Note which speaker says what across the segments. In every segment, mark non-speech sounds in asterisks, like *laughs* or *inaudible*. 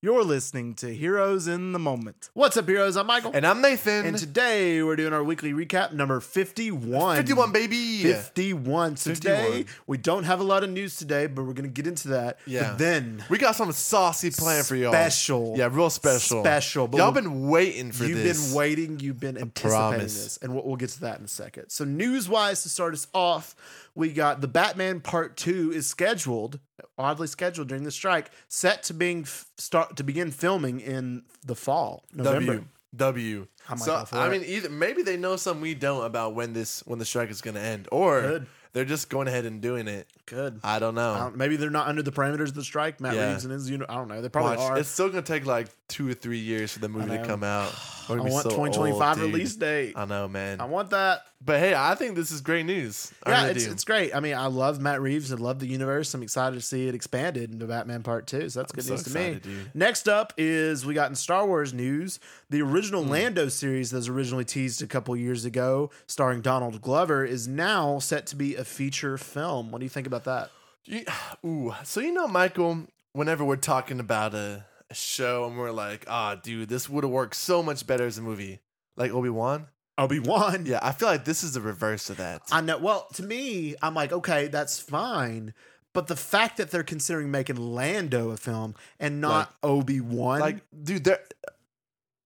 Speaker 1: You're listening to Heroes in the Moment. What's up, heroes? I'm Michael.
Speaker 2: And I'm Nathan.
Speaker 1: And today we're doing our weekly recap number 51.
Speaker 2: 51, baby.
Speaker 1: 51. So
Speaker 2: 51.
Speaker 1: today we don't have a lot of news today, but we're going to get into that.
Speaker 2: Yeah.
Speaker 1: But then
Speaker 2: We got something saucy planned for y'all.
Speaker 1: Special.
Speaker 2: Yeah, real special.
Speaker 1: Special, but
Speaker 2: y'all
Speaker 1: we-
Speaker 2: been waiting for
Speaker 1: you've
Speaker 2: this.
Speaker 1: been waiting, you've been anticipating
Speaker 2: promise.
Speaker 1: this, and we'll, we'll get to that in a second. So, news wise, to start us off, we got the Batman Part Two is scheduled, oddly scheduled during the strike, set to being f- start to begin filming in the fall, November.
Speaker 2: W. W.
Speaker 1: I'm like all
Speaker 2: so
Speaker 1: for
Speaker 2: I
Speaker 1: it.
Speaker 2: mean, either maybe they know something we don't about when this when the strike is going to end, or
Speaker 1: Good.
Speaker 2: they're just going ahead and doing it.
Speaker 1: Good.
Speaker 2: I don't know.
Speaker 1: I don't- maybe they're not under the parameters of the strike. Matt
Speaker 2: Yeah.
Speaker 1: Reeves and his, you know, I don't know. They probably
Speaker 2: Watch,
Speaker 1: are.
Speaker 2: It's still going to take like two or three years for the movie to
Speaker 1: know. *sighs*
Speaker 2: come out. We're
Speaker 1: I
Speaker 2: gonna be
Speaker 1: want
Speaker 2: so
Speaker 1: 2025
Speaker 2: old, dude.
Speaker 1: release date.
Speaker 2: I know, man.
Speaker 1: I want that.
Speaker 2: but hey, I think this is great news. I
Speaker 1: yeah,
Speaker 2: really
Speaker 1: it's,
Speaker 2: do.
Speaker 1: it's great. I mean, I love Matt Reeves. I love the universe. I'm excited to see it expanded into Batman Part 2. So that's good
Speaker 2: so
Speaker 1: news
Speaker 2: excited,
Speaker 1: to me.
Speaker 2: dude.
Speaker 1: Next up is we got in Star Wars news the original
Speaker 2: Hmm.
Speaker 1: Lando series that was originally teased a couple years ago, starring Donald Glover, is now set to be a feature film. What do you think about that?
Speaker 2: You, *sighs* ooh, so you know, Michael, whenever we're talking about a, a show and we're like, ah, dude, this would have worked so much better as a movie, like Obi Wan.
Speaker 1: Obi Wan.
Speaker 2: Yeah, I feel like this is the reverse of that.
Speaker 1: I know. Well, to me, I'm like, okay, that's fine. But the fact that they're considering making Lando a film and not Obi Wan,
Speaker 2: like, dude, there.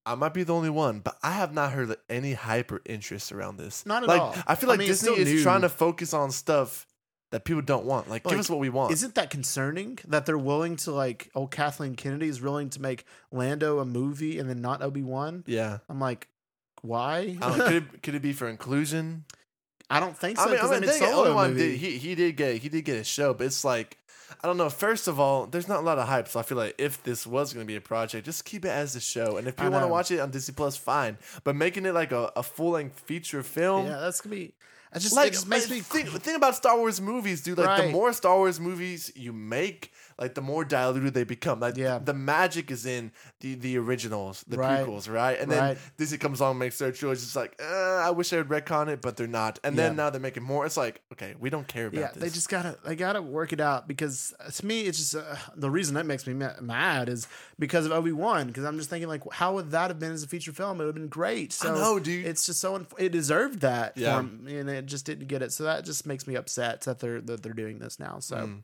Speaker 2: I might be the only one, but I have not heard any hyper interest around this.
Speaker 1: Not at
Speaker 2: like,
Speaker 1: all.
Speaker 2: I feel
Speaker 1: I
Speaker 2: like
Speaker 1: mean, it's
Speaker 2: Disney
Speaker 1: still
Speaker 2: is
Speaker 1: new.
Speaker 2: trying to focus on stuff that people don't want. Like,
Speaker 1: Like,
Speaker 2: give us what we want.
Speaker 1: isn't that concerning that they're willing to like? Old Kathleen Kennedy is willing to make Lando a movie and then not Obi Wan.
Speaker 2: yeah.
Speaker 1: I'm like, why?
Speaker 2: I
Speaker 1: *laughs*
Speaker 2: don't know, could, it, could it be for inclusion?
Speaker 1: I don't think so.
Speaker 2: I mean, I
Speaker 1: 'cause
Speaker 2: mean,
Speaker 1: then it's
Speaker 2: dang it,
Speaker 1: solo
Speaker 2: Obi-Wan
Speaker 1: movie.
Speaker 2: did he he did get he did get a show, but it's like I don't know. First of all, there's not a lot of hype, so I feel like if this was going to be a project, just keep it as a show. And if
Speaker 1: I
Speaker 2: you want to
Speaker 1: know.
Speaker 2: watch it on Disney Plus, fine. But making it like a, a full length feature film,
Speaker 1: yeah, that's gonna be. It just,
Speaker 2: um, like
Speaker 1: it just makes
Speaker 2: like,
Speaker 1: me
Speaker 2: think, think about Star Wars movies, dude. Like
Speaker 1: Right.
Speaker 2: the more Star Wars movies you make, like the more diluted they become. Like
Speaker 1: Yeah.
Speaker 2: the magic is in the the originals, the
Speaker 1: Right.
Speaker 2: prequels, right? And
Speaker 1: Right.
Speaker 2: then Disney comes along and makes their trilogy. It's like, uh, I wish they would retcon it, but they're not. And then
Speaker 1: Yeah.
Speaker 2: now they're making more. It's like, okay, we don't care about
Speaker 1: yeah
Speaker 2: this.
Speaker 1: they just gotta they gotta work it out because uh, to me it's just uh, the reason that makes me ma- mad is because of obi-wan because i'm just thinking like how would that have been as a feature film it would have been great so
Speaker 2: know, dude.
Speaker 1: it's just so unf- it deserved that
Speaker 2: Yeah.
Speaker 1: um, and it just didn't get it so that just makes me upset that they're that they're doing this now so
Speaker 2: Mm.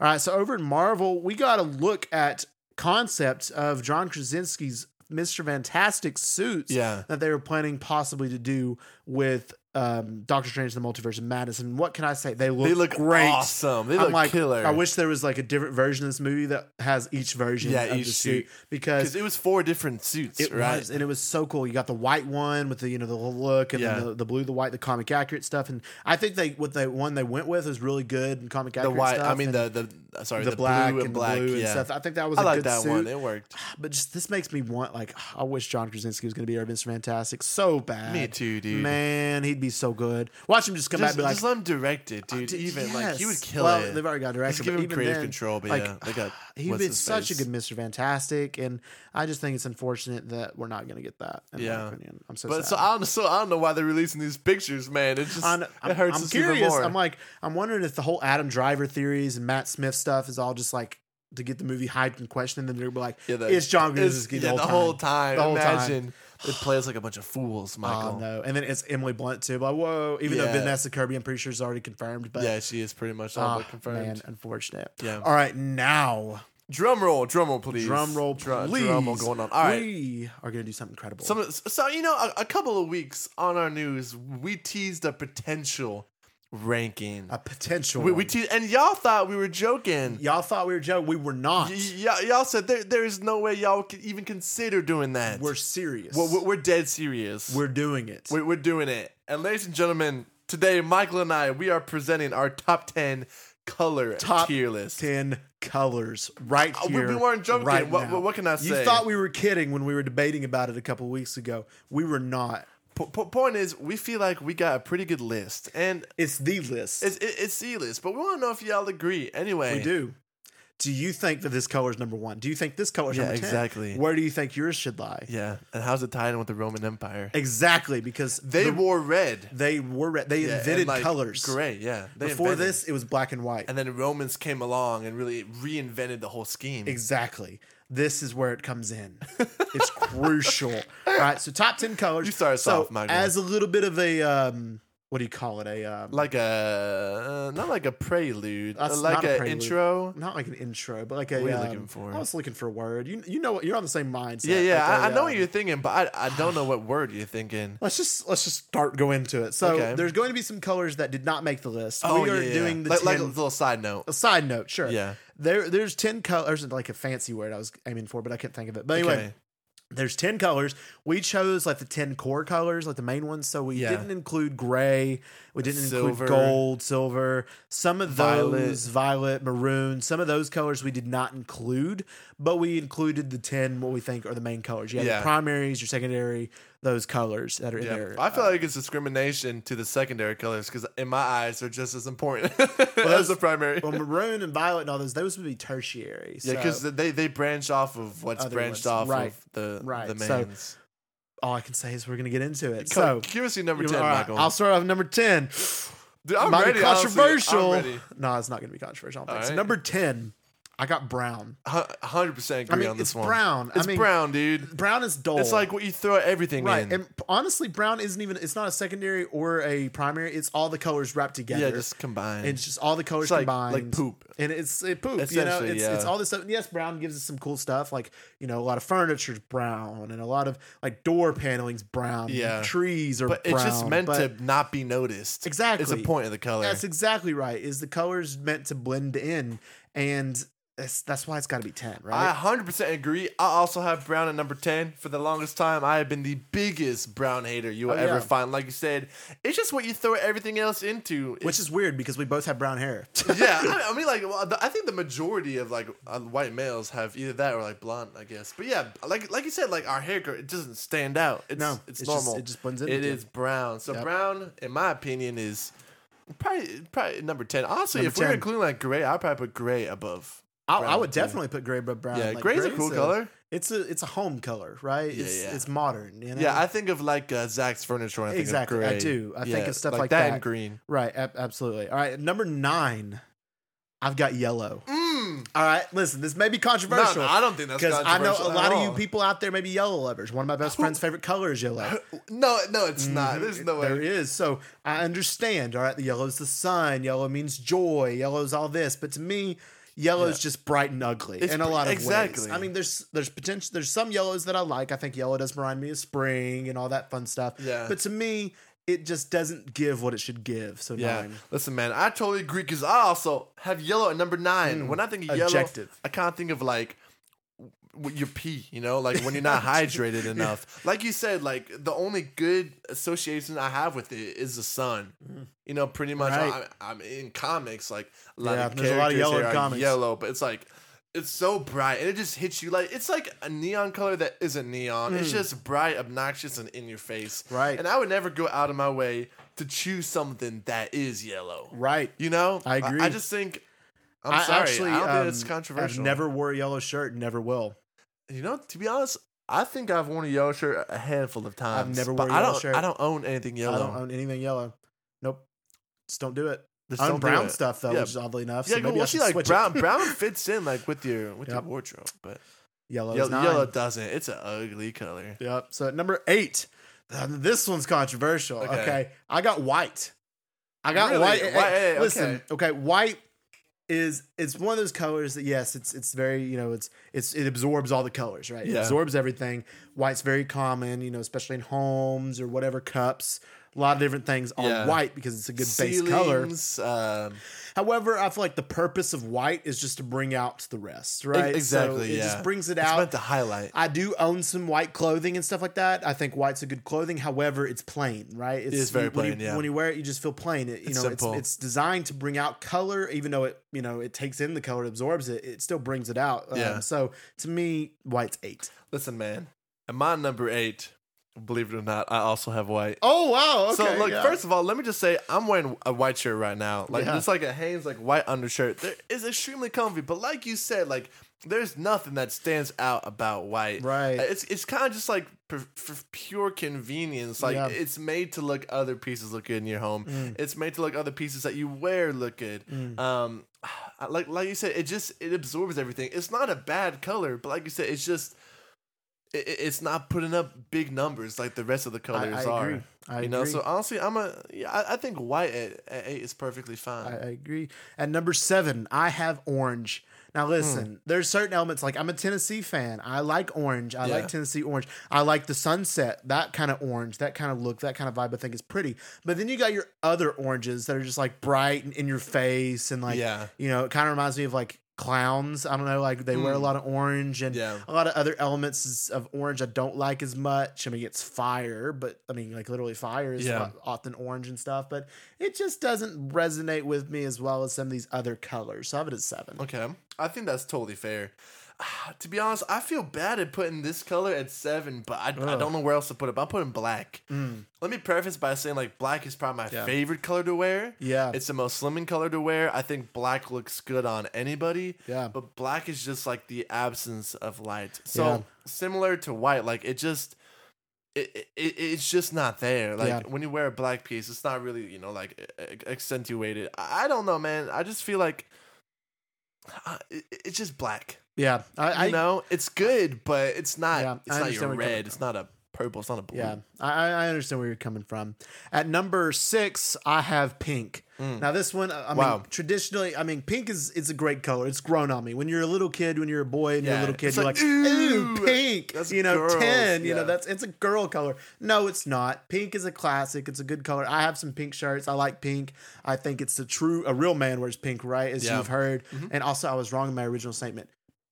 Speaker 1: all right so over in marvel we got a look at concept of john krasinski's mr fantastic suits
Speaker 2: Yeah.
Speaker 1: that they were planning possibly to do with um, Doctor Strange and the Multiverse of Madness. And what can I say? They look,
Speaker 2: they look
Speaker 1: great.
Speaker 2: awesome. They
Speaker 1: I'm
Speaker 2: look
Speaker 1: like,
Speaker 2: killer.
Speaker 1: I wish there was like a different version of this movie that has each version
Speaker 2: Yeah,
Speaker 1: of
Speaker 2: each
Speaker 1: the suit
Speaker 2: suit.
Speaker 1: because
Speaker 2: because it was four different suits,
Speaker 1: it
Speaker 2: right?
Speaker 1: was, and it was so cool. You got the white one with the you know the little look, and
Speaker 2: Yeah.
Speaker 1: then the, the blue, the white, the comic accurate stuff. And I think they what they one they went with is really good and comic
Speaker 2: the
Speaker 1: accurate.
Speaker 2: white,
Speaker 1: stuff
Speaker 2: I mean
Speaker 1: and
Speaker 2: the the uh, sorry, the,
Speaker 1: black
Speaker 2: blue and, black.
Speaker 1: blue
Speaker 2: yeah,
Speaker 1: and stuff. I think that was a
Speaker 2: I like
Speaker 1: good
Speaker 2: that
Speaker 1: suit.
Speaker 2: one. It worked.
Speaker 1: But just this makes me want like I wish John Krasinski was going to be our Mr. Fantastic so bad.
Speaker 2: Me too, dude.
Speaker 1: Man, he'd be so good. Watch him just come back
Speaker 2: Just,
Speaker 1: and be like, "Uh,
Speaker 2: just let him direct it, dude.
Speaker 1: "Dude,
Speaker 2: even like he would
Speaker 1: yes."
Speaker 2: kill
Speaker 1: well,
Speaker 2: it.
Speaker 1: They've already got a director.
Speaker 2: Just give
Speaker 1: but
Speaker 2: him
Speaker 1: even
Speaker 2: creative
Speaker 1: then,
Speaker 2: control, but
Speaker 1: like,
Speaker 2: yeah,
Speaker 1: *sighs*
Speaker 2: they got
Speaker 1: he'd
Speaker 2: what's
Speaker 1: been
Speaker 2: his
Speaker 1: such a
Speaker 2: face.
Speaker 1: good Mr. Fantastic, and I just think it's unfortunate that we're not going to get that. In my
Speaker 2: Yeah.
Speaker 1: opinion, I'm so
Speaker 2: But
Speaker 1: sad.
Speaker 2: so I don't so I don't know why they're releasing these pictures, man. It's just
Speaker 1: on, I'm,
Speaker 2: it hurts
Speaker 1: I'm
Speaker 2: us even
Speaker 1: curious.
Speaker 2: more.
Speaker 1: I'm like, I'm wondering if the whole Adam Driver theories and Matt Smith stuff is all just like to get the movie hyped and questioned, and they're like,
Speaker 2: Yeah, the-
Speaker 1: it's John Krasinski
Speaker 2: yeah, the whole time.
Speaker 1: The whole time.
Speaker 2: Imagine it plays like a bunch of fools, Michael.
Speaker 1: Oh no! And then it's Emily Blunt too. But whoa, even though
Speaker 2: Yeah.
Speaker 1: Vanessa Kirby, I'm pretty sure is already confirmed. But
Speaker 2: Yeah, she is pretty much all
Speaker 1: ah,
Speaker 2: but confirmed.
Speaker 1: man, unfortunate.
Speaker 2: Yeah.
Speaker 1: All right, now
Speaker 2: Drum roll, drum roll, please.
Speaker 1: drum roll,
Speaker 2: Dru-
Speaker 1: please.
Speaker 2: Drum roll going on. All right.
Speaker 1: we are gonna do something incredible.
Speaker 2: Some, so you know, a, a couple of weeks on our news, we teased a potential ranking.
Speaker 1: a potential.
Speaker 2: We,
Speaker 1: one.
Speaker 2: we teased, and y'all thought we were joking.
Speaker 1: y'all thought we were joking. We were not.
Speaker 2: Y- y'all- y'all said there, there is no way y'all could even consider doing that.
Speaker 1: We're serious.
Speaker 2: We're, we're- we're dead serious.
Speaker 1: We're doing it.
Speaker 2: We're, we're doing it. And ladies and gentlemen, today, Michael and I, we are presenting our top 10 color
Speaker 1: Top
Speaker 2: tier list.
Speaker 1: Ten colors right
Speaker 2: Oh, we-
Speaker 1: here.
Speaker 2: we weren't joking.
Speaker 1: Right
Speaker 2: What-
Speaker 1: now.
Speaker 2: what- what can I
Speaker 1: You
Speaker 2: say?
Speaker 1: thought we were kidding when we were debating about it a couple weeks ago. We were not.
Speaker 2: Po- po- point is, we feel like we got a pretty good list. And
Speaker 1: It's the list.
Speaker 2: it's, it, it's C list, but we want to know if y'all agree. Anyway,
Speaker 1: We do. Do you think that this color is number one? Do you think this color is
Speaker 2: Yeah,
Speaker 1: number 10?
Speaker 2: exactly.
Speaker 1: Where do you think yours should lie?
Speaker 2: Yeah. And how's it tied in with the Roman Empire?
Speaker 1: Exactly, because
Speaker 2: They
Speaker 1: the-
Speaker 2: wore red.
Speaker 1: they were re- they
Speaker 2: Yeah, and,
Speaker 1: invented
Speaker 2: like,
Speaker 1: colors.
Speaker 2: Gray, yeah. They
Speaker 1: Before
Speaker 2: invented-
Speaker 1: this, it was black and white.
Speaker 2: And then Romans came along and really reinvented the whole scheme.
Speaker 1: exactly. This is where it comes
Speaker 2: *laughs*
Speaker 1: in. It's crucial. All right, so top ten colors.
Speaker 2: You start us
Speaker 1: so
Speaker 2: off, Michael.
Speaker 1: as a little bit of a um, what do you call it? A um,
Speaker 2: like a uh, not like a prelude,
Speaker 1: That's
Speaker 2: uh, like
Speaker 1: not a
Speaker 2: a,
Speaker 1: prelude.
Speaker 2: intro.
Speaker 1: not like an intro, but like a.
Speaker 2: What are you
Speaker 1: um,
Speaker 2: looking for?
Speaker 1: I was looking for a word. You you know what? You're on the same mindset.
Speaker 2: Yeah, yeah.
Speaker 1: Like
Speaker 2: I,
Speaker 1: a,
Speaker 2: I know
Speaker 1: um,
Speaker 2: what you're thinking, but I, I don't know what word you're thinking.
Speaker 1: Let's just let's just start go into it. So
Speaker 2: Okay. Oh,
Speaker 1: there's going to be some colors that did not make the list. we are
Speaker 2: yeah, yeah.
Speaker 1: doing the
Speaker 2: like, like a
Speaker 1: 10
Speaker 2: little side note.
Speaker 1: a side note, sure.
Speaker 2: Yeah.
Speaker 1: There there's 10 colors like a fancy word I was aiming for, but I couldn't think of it. But anyway,
Speaker 2: Okay.
Speaker 1: there's 10 colors. We chose like the 10 core colors, like the main ones, so we
Speaker 2: Yeah.
Speaker 1: didn't include gray, we didn't
Speaker 2: Silver.
Speaker 1: include gold, silver, some of
Speaker 2: Violet.
Speaker 1: those violet, maroon, some of those colors we did not include, but we included the 10 what we think are the main colors. Yeah,
Speaker 2: Yeah.
Speaker 1: your primaries, your secondary, those colors that are in
Speaker 2: Yeah.
Speaker 1: there. uh,
Speaker 2: I feel like it's discrimination to the secondary colors because in my eyes they're just as important *laughs* as
Speaker 1: those-
Speaker 2: the primary.
Speaker 1: Uh, well, maroon and violet and all those, those would be tertiary.
Speaker 2: yeah, because
Speaker 1: so-
Speaker 2: they they branch off of what's
Speaker 1: Other ones.
Speaker 2: branched off
Speaker 1: Right.
Speaker 2: of the
Speaker 1: Right.
Speaker 2: the
Speaker 1: So,
Speaker 2: mains.
Speaker 1: all I can say is we're gonna get into it. So
Speaker 2: So, curiosity number
Speaker 1: you-
Speaker 2: ten,
Speaker 1: all right,
Speaker 2: Michael.
Speaker 1: I'll start off with number ten.
Speaker 2: Dude, I'm
Speaker 1: Might
Speaker 2: ready.
Speaker 1: be
Speaker 2: honestly. I'm
Speaker 1: controversial.
Speaker 2: ready.
Speaker 1: No, it's not gonna be controversial. I don't
Speaker 2: All
Speaker 1: think so.
Speaker 2: right.
Speaker 1: Number ten, I got brown.
Speaker 2: Hu- 100% agree
Speaker 1: I mean,
Speaker 2: on this
Speaker 1: it's
Speaker 2: one.
Speaker 1: brown. I
Speaker 2: It's
Speaker 1: mean,
Speaker 2: brown, dude.
Speaker 1: Brown is dull.
Speaker 2: It's like what you throw everything
Speaker 1: right,
Speaker 2: in.
Speaker 1: and p- honestly, brown isn't even. It's not a secondary or a primary. It's all the colors wrapped together.
Speaker 2: yeah, just combine.
Speaker 1: it's just all the colors
Speaker 2: It's like-
Speaker 1: combined,
Speaker 2: like poop.
Speaker 1: and it's it poop. You know,
Speaker 2: Essentially,
Speaker 1: it's it's
Speaker 2: yeah.
Speaker 1: all this stuff. And yes, brown gives us some cool stuff, like you know, a lot of furniture's brown, and a lot of like door paneling's brown.
Speaker 2: Yeah.
Speaker 1: trees are.
Speaker 2: but
Speaker 1: brown,
Speaker 2: it's just meant
Speaker 1: but-
Speaker 2: to not be noticed. It's a
Speaker 1: Exactly.
Speaker 2: point of the color.
Speaker 1: That's exactly right. Is the colors meant to blend in, and that's that's why it's got to be ten,
Speaker 2: I
Speaker 1: right?
Speaker 2: 100% agree. I also have brown at number 10. For the longest time, I have been the biggest brown hater you will
Speaker 1: Oh,
Speaker 2: ever
Speaker 1: yeah.
Speaker 2: find. Like you said, it's just what you throw everything else into.
Speaker 1: Which is weird because we both have brown hair. *laughs*
Speaker 2: yeah, I I mean, like, well, the- I think the majority of like uh, white males have either that or like blonde, I guess. But yeah, like, like you said, like our hair color, it doesn't stand out. It's,
Speaker 1: No,
Speaker 2: it's,
Speaker 1: it's just-
Speaker 2: normal.
Speaker 1: it just blends in
Speaker 2: It
Speaker 1: with you.
Speaker 2: is brown. So
Speaker 1: Yep.
Speaker 2: brown, in my opinion, is probably probably number ten. Honestly,
Speaker 1: Number
Speaker 2: if we're
Speaker 1: 10.
Speaker 2: including like gray, I'd probably put gray above.
Speaker 1: I, I
Speaker 2: Brown,
Speaker 1: would
Speaker 2: too.
Speaker 1: definitely put gray, but brown.
Speaker 2: Yeah,
Speaker 1: like,
Speaker 2: gray's a cool color.
Speaker 1: It's a it's a home color, right?
Speaker 2: Yeah,
Speaker 1: it's,
Speaker 2: yeah.
Speaker 1: it's modern. You know?
Speaker 2: Yeah, I think of like uh, Zach's furniture. When I think
Speaker 1: Exactly, I
Speaker 2: Of gray.
Speaker 1: do. I think
Speaker 2: Yeah,
Speaker 1: of stuff like
Speaker 2: that,
Speaker 1: that.
Speaker 2: and green.
Speaker 1: right. ab- absolutely. All right. Number nine, I've got yellow.
Speaker 2: Mm,
Speaker 1: All right. Listen, this may be
Speaker 2: no, no,
Speaker 1: controversial.
Speaker 2: I don't think that's
Speaker 1: because I know
Speaker 2: controversial
Speaker 1: a
Speaker 2: at
Speaker 1: lot of you
Speaker 2: all.
Speaker 1: people out there may be yellow lovers. One of my best friend's favorite color is yellow.
Speaker 2: *laughs* No, no, it's not. There's no way.
Speaker 1: Mm-hmm. Mm, There is. So I understand. All right, the yellow's the sun. Yellow means joy. Yellow's all this. But to me, yellow's just bright and ugly
Speaker 2: It's
Speaker 1: in a
Speaker 2: br-
Speaker 1: lot of ways.
Speaker 2: exactly.
Speaker 1: I mean, there's there's potential. There's some yellows that I like. I think yellow does remind me of spring and all that fun stuff.
Speaker 2: Yeah.
Speaker 1: But to me, it just doesn't give what it should give. So
Speaker 2: Yeah.
Speaker 1: nine.
Speaker 2: Listen, man, I totally agree because I also have yellow at number nine. when I think of yellow,
Speaker 1: Hmm. objective.
Speaker 2: I can't think of like w- your pee, you know, like when
Speaker 1: *laughs*
Speaker 2: you're not hydrated enough. Like you said, like the only good association I have with it is the sun. You know, pretty much.
Speaker 1: Hmm. Right.
Speaker 2: I, I'm in comics, like a lot
Speaker 1: Yeah,
Speaker 2: of
Speaker 1: there's a lot of
Speaker 2: characters
Speaker 1: yellow
Speaker 2: here
Speaker 1: in
Speaker 2: are
Speaker 1: comics.
Speaker 2: yellow, but it's like. It's so bright and it just hits you like it's like a neon color that isn't neon. It's
Speaker 1: Hmm.
Speaker 2: just bright, obnoxious, and in your face.
Speaker 1: Right.
Speaker 2: And I would never go out of my way to choose something that is yellow.
Speaker 1: Right.
Speaker 2: You know?
Speaker 1: I agree.
Speaker 2: I, just think I'm sorry. I don't
Speaker 1: um,
Speaker 2: think it's controversial.
Speaker 1: I've never wore a yellow shirt. and Never will.
Speaker 2: you know, to be honest, I think I've worn a yellow shirt a handful of times.
Speaker 1: never
Speaker 2: but
Speaker 1: worn a
Speaker 2: I
Speaker 1: yellow
Speaker 2: don't,
Speaker 1: shirt.
Speaker 2: I don't own anything yellow.
Speaker 1: I don't own anything yellow. Nope. Just don't do it.
Speaker 2: Just
Speaker 1: I
Speaker 2: don't
Speaker 1: own
Speaker 2: do
Speaker 1: brown
Speaker 2: it.
Speaker 1: stuff though,
Speaker 2: Yeah.
Speaker 1: which is oddly enough.
Speaker 2: Yeah,
Speaker 1: so
Speaker 2: well,
Speaker 1: maybe I
Speaker 2: see,
Speaker 1: should
Speaker 2: like
Speaker 1: switch *laughs*
Speaker 2: brown,
Speaker 1: it.
Speaker 2: brown fits in like with your with your
Speaker 1: Yep.
Speaker 2: wardrobe, but
Speaker 1: yellow.
Speaker 2: yellow,
Speaker 1: is nine.
Speaker 2: yellow doesn't. It's an ugly color.
Speaker 1: Yep. So at number eight, uh, this one's controversial.
Speaker 2: Okay.
Speaker 1: Okay. I got white. I got
Speaker 2: Really?
Speaker 1: white.
Speaker 2: White-
Speaker 1: eh,
Speaker 2: eh,
Speaker 1: Listen, okay. white is it's one of those colors that yes, it's it's very you know it's it's it absorbs all the colors, right? It
Speaker 2: Yeah.
Speaker 1: absorbs everything. White's very common, you know, especially in homes or whatever cups. A lot of different things are
Speaker 2: Yeah.
Speaker 1: white because it's a good base color.
Speaker 2: Ceilings, um,
Speaker 1: However, I feel like the purpose of white is just to bring out the rest, right? So
Speaker 2: exactly,
Speaker 1: it
Speaker 2: yeah.
Speaker 1: just brings it
Speaker 2: it's
Speaker 1: out.
Speaker 2: meant to highlight.
Speaker 1: I do own some white clothing and stuff like that. I think white's a good clothing. However, it's plain, right? It's,
Speaker 2: is very
Speaker 1: you- when
Speaker 2: plain,
Speaker 1: You,
Speaker 2: yeah.
Speaker 1: When you wear it, you just feel plain. It, you know, it's,
Speaker 2: simple.
Speaker 1: it's designed to bring out color, even though it you know it takes in the color, it absorbs it. It still brings it out. Um,
Speaker 2: Yeah.
Speaker 1: so to me, white's eight.
Speaker 2: Listen, man, at my number eight, believe it or not, I also have white.
Speaker 1: Oh wow!
Speaker 2: so look, first of all, let me just say I'm wearing a white shirt right now, like
Speaker 1: Yeah.
Speaker 2: just like a Hanes like white undershirt. There is extremely comfy, but like you said, like there's nothing that stands out about white.
Speaker 1: Right.
Speaker 2: Uh, It's it's kind of just like for, for pure convenience. Like
Speaker 1: Yeah. Mm.
Speaker 2: it's made to look other pieces look good in your home. It's made to lock other pieces that you wear look good. Um, *sighs* like like you said, it just it absorbs everything. It's not a bad color, but like you said, it's just it, it- it's not putting up big numbers like the rest of the colors
Speaker 1: I
Speaker 2: are.
Speaker 1: agree. I
Speaker 2: you know,
Speaker 1: agree.
Speaker 2: so honestly, I'm a yeah, I, I think white at, at eight is perfectly fine.
Speaker 1: I, I agree. At number seven, I have orange.
Speaker 2: Hmm.
Speaker 1: Now listen, there's certain elements like I'm a Tennessee fan. I like orange. I
Speaker 2: Yeah.
Speaker 1: like Tennessee orange. I like the sunset, that kind of orange, that kind of look, that kind of vibe. I think is pretty. But then you got your other oranges that are just like bright and in your face, and like
Speaker 2: Yeah.
Speaker 1: you know, it kind of reminds me of like clowns. I don't know, like they wear a
Speaker 2: Mm.
Speaker 1: lot of orange and
Speaker 2: yeah,
Speaker 1: a lot of other elements is- of orange I don't like as much. I mean, it's fire, but I mean, like literally fire is
Speaker 2: Yeah.
Speaker 1: o- often orange and stuff, but it just doesn't resonate with me as well as some of these other colors. So I have it at seven.
Speaker 2: okay, I think that's totally fair. *sighs* to be honest, I feel bad at putting this color at seven, but I, I
Speaker 1: Ugh.
Speaker 2: don't know where else to put it. But I'm putting black.
Speaker 1: Mm,
Speaker 2: Let me preface by saying like black is probably my
Speaker 1: Yeah.
Speaker 2: favorite color to wear.
Speaker 1: yeah.
Speaker 2: It's the most slimming color to wear. I think black looks good on anybody.
Speaker 1: yeah.
Speaker 2: But black is just like the absence of light. So
Speaker 1: Yeah.
Speaker 2: similar to white, like it just it, it it- it's just not there. Like
Speaker 1: Yeah.
Speaker 2: when you wear a black piece, it's not really you know like a- a- accentuated. I I don't know, man. I just feel like uh, it, it's just black.
Speaker 1: Yeah. I, I
Speaker 2: you know, it's good, but it's not.
Speaker 1: Yeah,
Speaker 2: it's
Speaker 1: I
Speaker 2: not
Speaker 1: understand
Speaker 2: your
Speaker 1: where you're coming
Speaker 2: red. It's not a purple. It's not a blue.
Speaker 1: yeah. I, I I understand where you're coming from. At number six, I have pink.
Speaker 2: Mm.
Speaker 1: Now this one, I I
Speaker 2: Wow.
Speaker 1: mean, traditionally, I mean, pink is it's a great color. It's grown on me. When you're a little kid, when you're a boy, and you're
Speaker 2: Yeah,
Speaker 1: a little kid,
Speaker 2: it's
Speaker 1: you're
Speaker 2: like,
Speaker 1: like,
Speaker 2: "Ooh,
Speaker 1: ooh, pink.
Speaker 2: that's
Speaker 1: you know,
Speaker 2: girls."
Speaker 1: ten. You
Speaker 2: Yeah.
Speaker 1: know, that's it's a girl color. No, it's not. Pink is a classic. It's a good color. I have some pink shirts. I like pink. I think it's the true, a real man wears pink, right? As
Speaker 2: Yeah.
Speaker 1: you've heard.
Speaker 2: Mhm.
Speaker 1: And also, I was wrong in my original statement.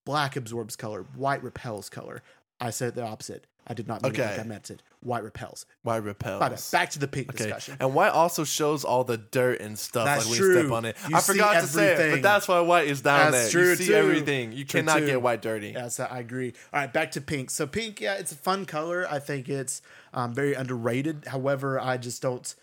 Speaker 1: Black absorbs color. White repels color. I said the opposite. I did not mean it
Speaker 2: Okay.
Speaker 1: like I meant it. White repels.
Speaker 2: White repels.
Speaker 1: My bad. Back to the pink
Speaker 2: Okay.
Speaker 1: discussion.
Speaker 2: And white also shows all the dirt and stuff
Speaker 1: That's
Speaker 2: like when you
Speaker 1: true.
Speaker 2: step on it.
Speaker 1: You
Speaker 2: I
Speaker 1: see
Speaker 2: forgot to say it, but
Speaker 1: everything.
Speaker 2: that's why white is down
Speaker 1: That's
Speaker 2: there. you
Speaker 1: true,
Speaker 2: see
Speaker 1: too.
Speaker 2: everything. You
Speaker 1: True,
Speaker 2: cannot
Speaker 1: too.
Speaker 2: get white dirty.
Speaker 1: Yes, I I agree. All right, back to pink. So pink, yeah, it's a fun color. I think it's um, very underrated. However, I just don't.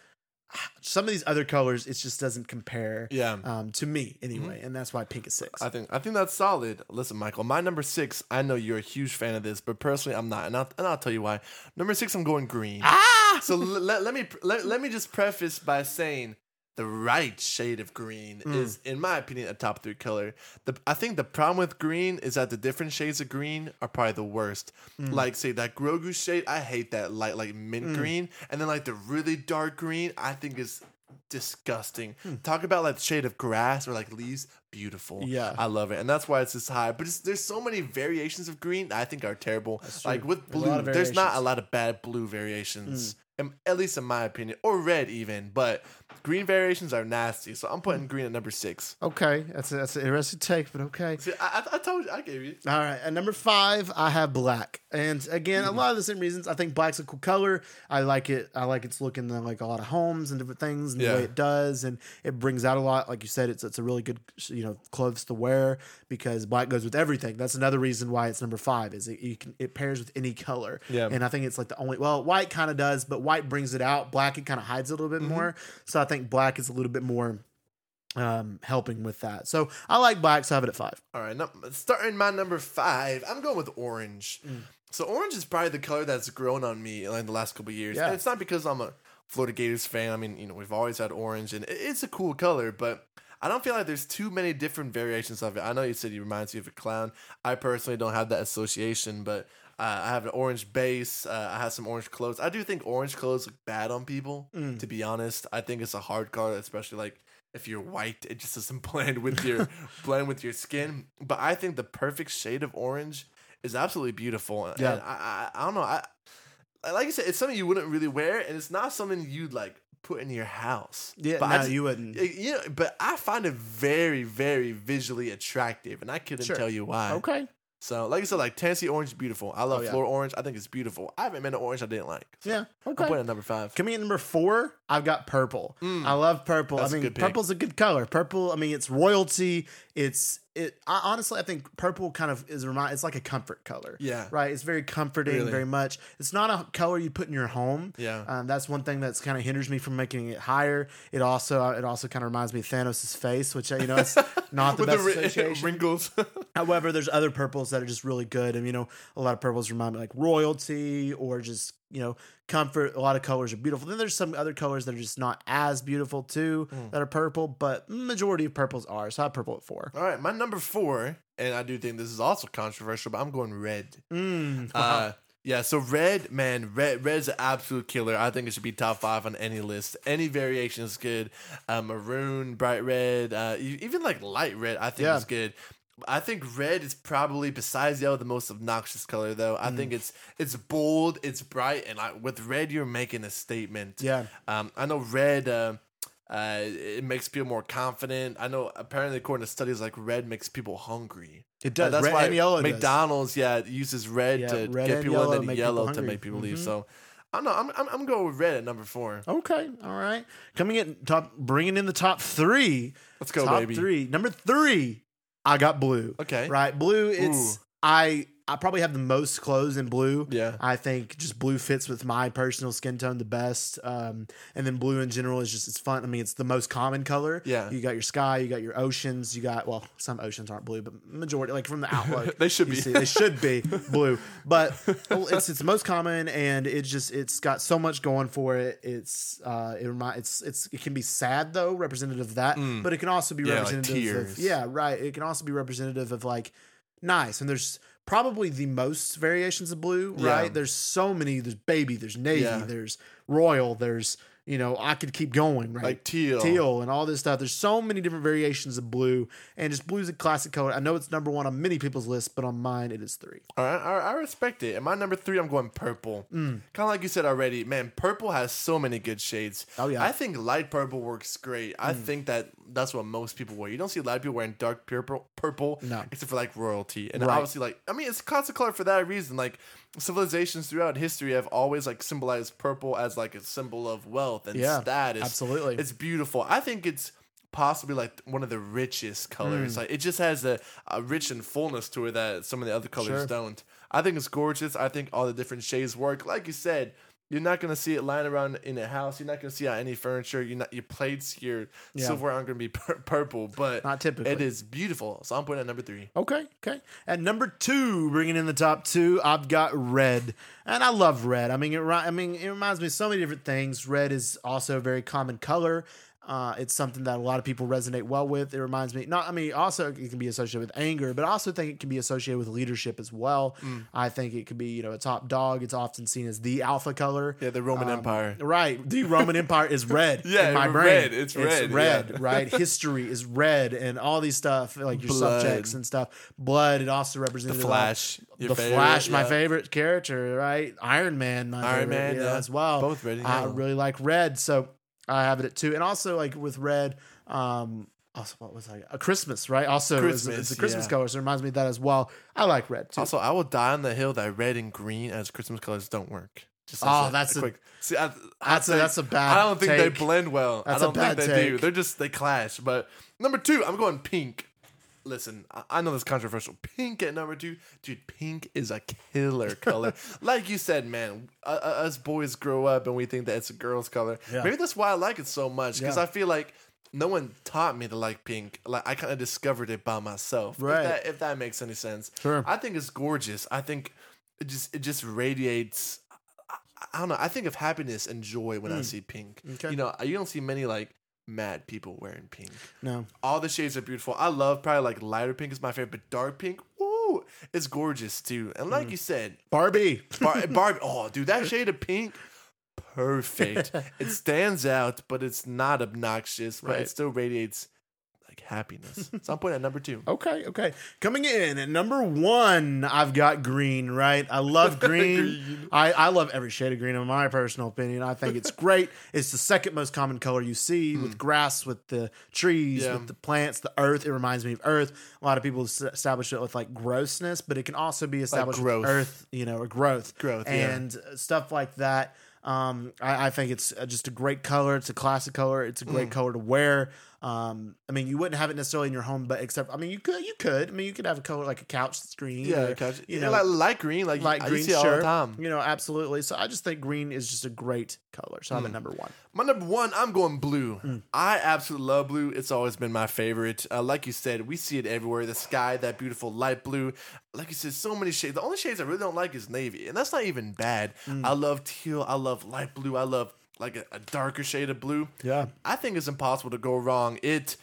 Speaker 1: Some of these other colors, it just doesn't compare.
Speaker 2: Yeah. Mm-hmm.
Speaker 1: Um, to me anyway, and that's why pink is six.
Speaker 2: I think I think that's solid. Listen, Michael, my number six. I know you're a huge fan of this, but personally, I'm not, and I'll, and I'll tell you why. Number six, I'm going green.
Speaker 1: ah,
Speaker 2: so l- let, let me pr- let, let me just preface by saying the right shade of green
Speaker 1: Hmm.
Speaker 2: is in my opinion a top three color the, i think the problem with green is that the different shades of green are probably the worst
Speaker 1: Hmm.
Speaker 2: like say that grogu shade i hate that light like mint green and then like the really dark green i think is disgusting
Speaker 1: Hmm.
Speaker 2: talk about like the shade of grass or like leaves beautiful
Speaker 1: Yeah.
Speaker 2: i love it and that's why it's this high but it's, there's so many variations of green that i think are terrible like
Speaker 1: true.
Speaker 2: with
Speaker 1: There's a
Speaker 2: blue
Speaker 1: lot of
Speaker 2: there's not
Speaker 1: variations. Hmm.
Speaker 2: a lot of bad blue variations, um, at least in my opinion, or red even. But green variations are nasty, so I'm
Speaker 1: Hmm.
Speaker 2: putting green at number six.
Speaker 1: okay, that's a, that's an interesting take, but okay.
Speaker 2: See, I, I, I told you, I gave you.
Speaker 1: All right, at number five, I have black, and again,
Speaker 2: Mm-hmm.
Speaker 1: a lot of the same reasons. I think black's a cool color. I like it. I like its look in the, like a lot of homes and different things, and
Speaker 2: Yeah.
Speaker 1: the way it does, and it brings out a lot. Like you said, it's it's a really good you know clothes to wear because black goes with everything. That's another reason why it's number five is it you can it pairs with any color.
Speaker 2: Yeah.
Speaker 1: and I think it's like the only well white kind of does, but white brings it out. Black it kind of hides it a little bit
Speaker 2: Mm-hmm.
Speaker 1: more. So I think black is a little bit more um helping with that. So I like black, so I have it at five.
Speaker 2: All right, num- starting my number five, I'm going with orange. So orange is probably the color that's grown on me like the last couple years.
Speaker 1: Yeah.
Speaker 2: And it's not because I'm a Florida Gators fan. I mean, you know, we've always had orange, and it- it's a cool color, but. I don't feel like there's too many different variations of it. I know you said he reminds you of a clown. I personally don't have that association, but uh, I have an orange base. Uh, I have some orange clothes. I do think orange clothes look bad on people.
Speaker 1: Mm.
Speaker 2: To be honest, I think it's a hard color, especially like if you're white, it just doesn't *laughs* blend
Speaker 1: *laughs*
Speaker 2: with your blend with your skin. But I think the perfect shade of orange is absolutely beautiful. And
Speaker 1: Yeah.
Speaker 2: I, I I don't know. I I- like I said, it's something you wouldn't really wear, and it's not something you'd like put in your house.
Speaker 1: Yeah,
Speaker 2: but
Speaker 1: no,
Speaker 2: I just-
Speaker 1: you wouldn't.
Speaker 2: y- you know, but I find it very, very visually attractive, and I couldn't
Speaker 1: Sure.
Speaker 2: tell you why.
Speaker 1: Okay.
Speaker 2: So, like I said, like Tennessee orange is beautiful. I love
Speaker 1: Oh, yeah.
Speaker 2: floral orange. I think it's beautiful. I haven't met an orange I didn't like. So
Speaker 1: Yeah.
Speaker 2: I'm putting it
Speaker 1: Okay.
Speaker 2: at number five.
Speaker 1: Coming in number four, I've got purple.
Speaker 2: Mm.
Speaker 1: I love purple.
Speaker 2: That's a
Speaker 1: I mean,
Speaker 2: good pick.
Speaker 1: purple's a good color. Purple. I mean, it's royalty. It's it. I, honestly, I think purple kind of is remind. It's like a comfort color.
Speaker 2: Yeah.
Speaker 1: Right. It's very comforting.
Speaker 2: Really.
Speaker 1: Very much. It's not a color you put in your home.
Speaker 2: Yeah.
Speaker 1: Um, that's one thing that's kind of hinders me from making it higher. It also it also kind of reminds me of Thanos' face, which uh, you know
Speaker 2: *laughs*
Speaker 1: it's not the
Speaker 2: With
Speaker 1: *laughs* best
Speaker 2: the ri-
Speaker 1: association.
Speaker 2: wrinkles.
Speaker 1: However, there's other purples that are just really good, and you know, a lot of purples remind me like royalty or just you know, comfort. A lot of colors are beautiful. Then there's some other colors that are just not as beautiful too
Speaker 2: Mm.
Speaker 1: that are purple, but majority of purples are. So I have purple at four.
Speaker 2: All right, my number four, and I do think this is also controversial, but I'm going red.
Speaker 1: Mm, *laughs* wow.
Speaker 2: Uh, yeah, so red, man, red, red's an absolute killer. I think it should be top five on any list. Any variation is good. Uh, maroon, bright red, uh, e- even like light red, I think
Speaker 1: Yeah.
Speaker 2: is good. I think red is probably besides yellow the most obnoxious color though. I think it's it's bold, it's bright, and I, with red you're making a statement.
Speaker 1: yeah.
Speaker 2: Um, I know red. Uh, uh, it makes people more confident. I know apparently according to studies, like red makes people hungry.
Speaker 1: It
Speaker 2: Uh,
Speaker 1: does.
Speaker 2: that's
Speaker 1: Red
Speaker 2: why
Speaker 1: and yellow. does.
Speaker 2: McDonald's, yeah, it uses red
Speaker 1: Yeah,
Speaker 2: to
Speaker 1: red
Speaker 2: get
Speaker 1: and
Speaker 2: people
Speaker 1: yellow
Speaker 2: and
Speaker 1: to
Speaker 2: then
Speaker 1: make
Speaker 2: yellow
Speaker 1: people
Speaker 2: to
Speaker 1: hungry.
Speaker 2: make people leave.
Speaker 1: Mhm.
Speaker 2: So I don't know. I'm, I'm I'm going with red at number four.
Speaker 1: Okay. All right. Coming in top, bringing in the top three.
Speaker 2: Let's go,
Speaker 1: top
Speaker 2: baby.
Speaker 1: three. Number three, I got blue.
Speaker 2: Okay.
Speaker 1: Right. Blue, it's,
Speaker 2: Ooh.
Speaker 1: I, I probably have the most clothes in blue.
Speaker 2: Yeah.
Speaker 1: I think just blue fits with my personal skin tone the best. Um, and then blue in general is just, it's fun. I mean, it's the most common color.
Speaker 2: Yeah.
Speaker 1: You got your sky, you got your oceans, you got, well, some oceans aren't blue, but majority, like from the outlook.
Speaker 2: *laughs* They should
Speaker 1: you
Speaker 2: be.
Speaker 1: see, they should be
Speaker 2: *laughs*
Speaker 1: blue, but it's, it's the most common and it just, it's got so much going for it. It's, uh, it remind, it's, it's, it can be sad though, representative of that,
Speaker 2: Mm.
Speaker 1: but it can also be
Speaker 2: Yeah, like
Speaker 1: representative
Speaker 2: tears.
Speaker 1: of, yeah, right. It can also be representative of like, nice. And there's probably the most variations of blue,
Speaker 2: Yeah.
Speaker 1: right? There's so many. There's baby. There's navy.
Speaker 2: Yeah.
Speaker 1: There's royal. There's you know I could keep going, right?
Speaker 2: Like teal.
Speaker 1: teal and all this stuff. There's so many different variations of blue, and just blue's a classic color. I know it's number one on many people's lists, but on mine it is three.
Speaker 2: All right, all right, I respect it. And my number three, I'm going purple.
Speaker 1: Mm.
Speaker 2: Kind of like you said already, man. Purple has so many good shades.
Speaker 1: Oh, yeah. Mm.
Speaker 2: I think light purple works great. I think that that's what most people wear. You don't see a lot of people wearing dark purple, purple,
Speaker 1: No.
Speaker 2: except for like royalty. And
Speaker 1: Right.
Speaker 2: obviously, like I mean, it's a classic color for that reason. Like civilizations throughout history have always like symbolized purple as like a symbol of wealth and
Speaker 1: Yeah,
Speaker 2: status.
Speaker 1: absolutely.
Speaker 2: it's beautiful. I think it's possibly like one of the richest
Speaker 1: Mm.
Speaker 2: colors. Like it just has a, a rich and fullness to it that some of the other colors
Speaker 1: Sure.
Speaker 2: don't. I think it's gorgeous. I think all the different shades work. Like you said, you're not gonna see it lying around in a house. You're not gonna see it on any furniture. You're not your plates, your
Speaker 1: Yeah.
Speaker 2: silverware aren't gonna be *laughs* pur- purple, but
Speaker 1: Not typically.
Speaker 2: it is beautiful. So I'm putting it at number three.
Speaker 1: Okay, okay. At number two, bringing in the top two, I've got red, and I love red. I mean, it. ri- I mean, it reminds me of so many different things. Red is also a very common color. Uh, it's something that a lot of people resonate well with. It reminds me, not. I mean, also it can be associated with anger, but I also think it can be associated with leadership as well.
Speaker 2: Mm.
Speaker 1: I think it could be, you know, a top dog. It's often seen as the alpha color.
Speaker 2: Yeah, the Roman Empire.
Speaker 1: Right. Um, The Roman Empire is red.
Speaker 2: *laughs* Yeah,
Speaker 1: in my
Speaker 2: red.
Speaker 1: brain.
Speaker 2: It's
Speaker 1: red.
Speaker 2: red, yeah. *laughs*
Speaker 1: right? History is red and all these stuff, like your
Speaker 2: Blood.
Speaker 1: subjects and stuff. Blood, it also represents
Speaker 2: The Flash, your
Speaker 1: the
Speaker 2: favorite,
Speaker 1: Flash, my
Speaker 2: yeah.
Speaker 1: favorite character, right? Iron Man, my
Speaker 2: Iron
Speaker 1: favorite,
Speaker 2: Man,
Speaker 1: yeah,
Speaker 2: yeah.
Speaker 1: as well.
Speaker 2: Both red and
Speaker 1: I
Speaker 2: yellow.
Speaker 1: really like red, so I have it at two. And also like with red, um also what was I a Christmas, right? Also it's-
Speaker 2: Christmas,
Speaker 1: it's a Christmas
Speaker 2: yeah.
Speaker 1: color, so it reminds me of that as well. I like red too.
Speaker 2: Also, I will die on the hill that red and green as Christmas colors don't work. Just
Speaker 1: Oh,
Speaker 2: as
Speaker 1: that's a-
Speaker 2: see. I,
Speaker 1: that's a- that's a bad
Speaker 2: I don't think
Speaker 1: take.
Speaker 2: they blend well.
Speaker 1: That's
Speaker 2: I
Speaker 1: a
Speaker 2: don't
Speaker 1: bad
Speaker 2: think they do.
Speaker 1: take.
Speaker 2: They're just they clash. But number two, I'm going pink. Listen, I- I know this is controversial. Pink at number two, dude. Pink is a
Speaker 1: *laughs*
Speaker 2: killer color. like you said, man. Uh, us boys grow up and we think that it's a girl's color.
Speaker 1: Yeah.
Speaker 2: Maybe that's why I like it so much because
Speaker 1: Yeah.
Speaker 2: I feel like no one taught me to like pink. Like I kind of discovered it by myself. If
Speaker 1: Right.
Speaker 2: that- if that makes any sense.
Speaker 1: Sure.
Speaker 2: I think it's gorgeous. I think it just it just radiates. I, I don't know. I think of happiness and joy when I see pink.
Speaker 1: Mm. Okay.
Speaker 2: You know, you don't see many like mad people wearing pink.
Speaker 1: no.
Speaker 2: All the shades are beautiful. I love probably like lighter pink is my favorite, but dark pink, ooh, it's gorgeous too. And
Speaker 1: Mm.
Speaker 2: like you said,
Speaker 1: Barbie. *laughs*
Speaker 2: Bar- Barbie, oh, dude, that shade of pink,
Speaker 1: *laughs*
Speaker 2: perfect. it stands out, but it's not obnoxious, but
Speaker 1: Right.
Speaker 2: it still radiates like happiness. so I'm putting it at number
Speaker 1: *laughs*
Speaker 2: two.
Speaker 1: Okay, okay. Coming in at number one, I've got green, right? I
Speaker 2: *laughs*
Speaker 1: love green.
Speaker 2: Green.
Speaker 1: I, I love every shade of green, in my personal opinion. I think it's great.
Speaker 2: *laughs*
Speaker 1: It's the second most common color you see with grass, with the trees,
Speaker 2: Hmm. Yeah.
Speaker 1: with the plants, the earth. It reminds me of earth. A lot of people s- establish it with like grossness, but it can also be established
Speaker 2: growth.
Speaker 1: with earth, you know, or growth.
Speaker 2: Growth, yeah.
Speaker 1: And stuff like
Speaker 2: Mm.
Speaker 1: that. Um, I, I think it's uh, just a great color. It's a classic color. It's a great color to wear. Um, I mean, you wouldn't have it necessarily in your home, but except I mean, you could, you could. I mean, you could have a color like a couch screen.
Speaker 2: Yeah,
Speaker 1: or,
Speaker 2: couch.
Speaker 1: you
Speaker 2: You
Speaker 1: know,
Speaker 2: know, like light green, like
Speaker 1: light
Speaker 2: light
Speaker 1: green,
Speaker 2: green I see it all
Speaker 1: sure.
Speaker 2: the time.
Speaker 1: you know, absolutely. So I just think green is just a great color. So I'm at
Speaker 2: Mm.
Speaker 1: number one.
Speaker 2: My number one, I'm going blue.
Speaker 1: Mm.
Speaker 2: I absolutely love blue. It's always been my favorite. Uh, like you said, we see it everywhere. The sky, that beautiful light blue. Like you said, so many shades. The only shades I really don't like is navy, and that's not even bad.
Speaker 1: Mm.
Speaker 2: I love teal. I love light blue. I love like a, a darker shade of blue.
Speaker 1: Yeah,
Speaker 2: I think it's impossible to go wrong. It,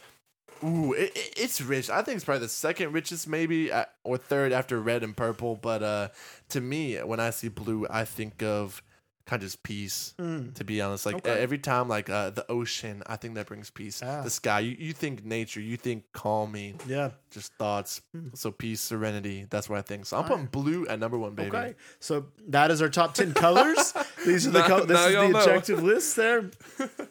Speaker 2: ooh, it, it- it's rich. I think it's probably the second richest, maybe uh, or third after red and purple. But uh, to me, when I see blue, I think of kind of just peace.
Speaker 1: Mm.
Speaker 2: To be honest, like
Speaker 1: Okay.
Speaker 2: every time, like uh, the ocean, I think that brings peace.
Speaker 1: Ah.
Speaker 2: The sky, you, you think nature, you think calming,
Speaker 1: yeah.
Speaker 2: just thoughts.
Speaker 1: Mm.
Speaker 2: So peace, serenity. That's what I think. So I'm
Speaker 1: All
Speaker 2: putting blue at number one, baby.
Speaker 1: Okay, so that is our top ten
Speaker 2: *laughs*
Speaker 1: colors. These are the
Speaker 2: Now-
Speaker 1: col- this
Speaker 2: now
Speaker 1: is the
Speaker 2: y'all know.
Speaker 1: objective list.
Speaker 2: *laughs*
Speaker 1: There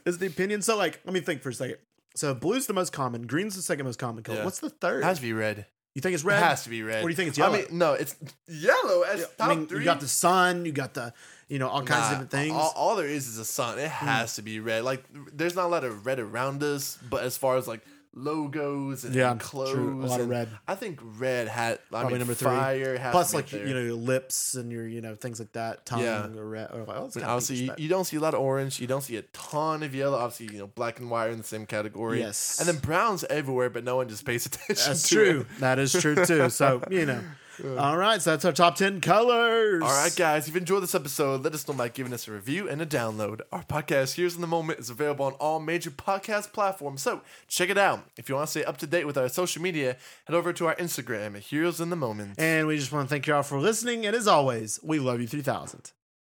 Speaker 1: is the opinion. So like, let me think for a second. So blue's the most common. Green's the second most common color.
Speaker 2: Yeah.
Speaker 1: What's the third?
Speaker 2: It has to be red.
Speaker 1: you think it's
Speaker 2: It
Speaker 1: red?
Speaker 2: has to be red.
Speaker 1: What do you think it's
Speaker 2: I
Speaker 1: yellow?
Speaker 2: mean, no, it's yellow as top
Speaker 1: I mean,
Speaker 2: three.
Speaker 1: you got the sun. You got the you know all kinds
Speaker 2: Nah,
Speaker 1: of different things. Hmm.
Speaker 2: All, all there is is a sun. It has to be red. Like there's not a lot of red around us, but as far as like logos and,
Speaker 1: Yeah,
Speaker 2: and clothes,
Speaker 1: true. A lot of
Speaker 2: and-
Speaker 1: red.
Speaker 2: I think red had. I
Speaker 1: Probably
Speaker 2: mean,
Speaker 1: number
Speaker 2: number
Speaker 1: three.
Speaker 2: three. Fire has
Speaker 1: Plus,
Speaker 2: to be
Speaker 1: like
Speaker 2: up
Speaker 1: you
Speaker 2: there.
Speaker 1: know, your lips and your you know things like that, tongue
Speaker 2: Yeah.
Speaker 1: or, red, or well, it's
Speaker 2: And
Speaker 1: kinda
Speaker 2: obviously, you,
Speaker 1: peach,
Speaker 2: you don't see a lot of orange. You don't see a ton of yellow. Obviously, you know, black and white are in the same
Speaker 1: but-
Speaker 2: category.
Speaker 1: yes,
Speaker 2: And then brown's everywhere, but no one just pays *laughs* attention.
Speaker 1: that's
Speaker 2: to
Speaker 1: true.
Speaker 2: it.
Speaker 1: That is true too. So you *laughs* know, all right. So that's our top ten colors.
Speaker 2: All right, guys, if you enjoyed this episode, let us know by giving us a review and a download. Our podcast, Here's in the Moment, is available on all major podcast platforms, so check it out. If you want to stay up to date with our social media, head over to our Instagram at Heroes in the Moment.
Speaker 1: And we just want to thank you all for listening. And as always, we love you 3000.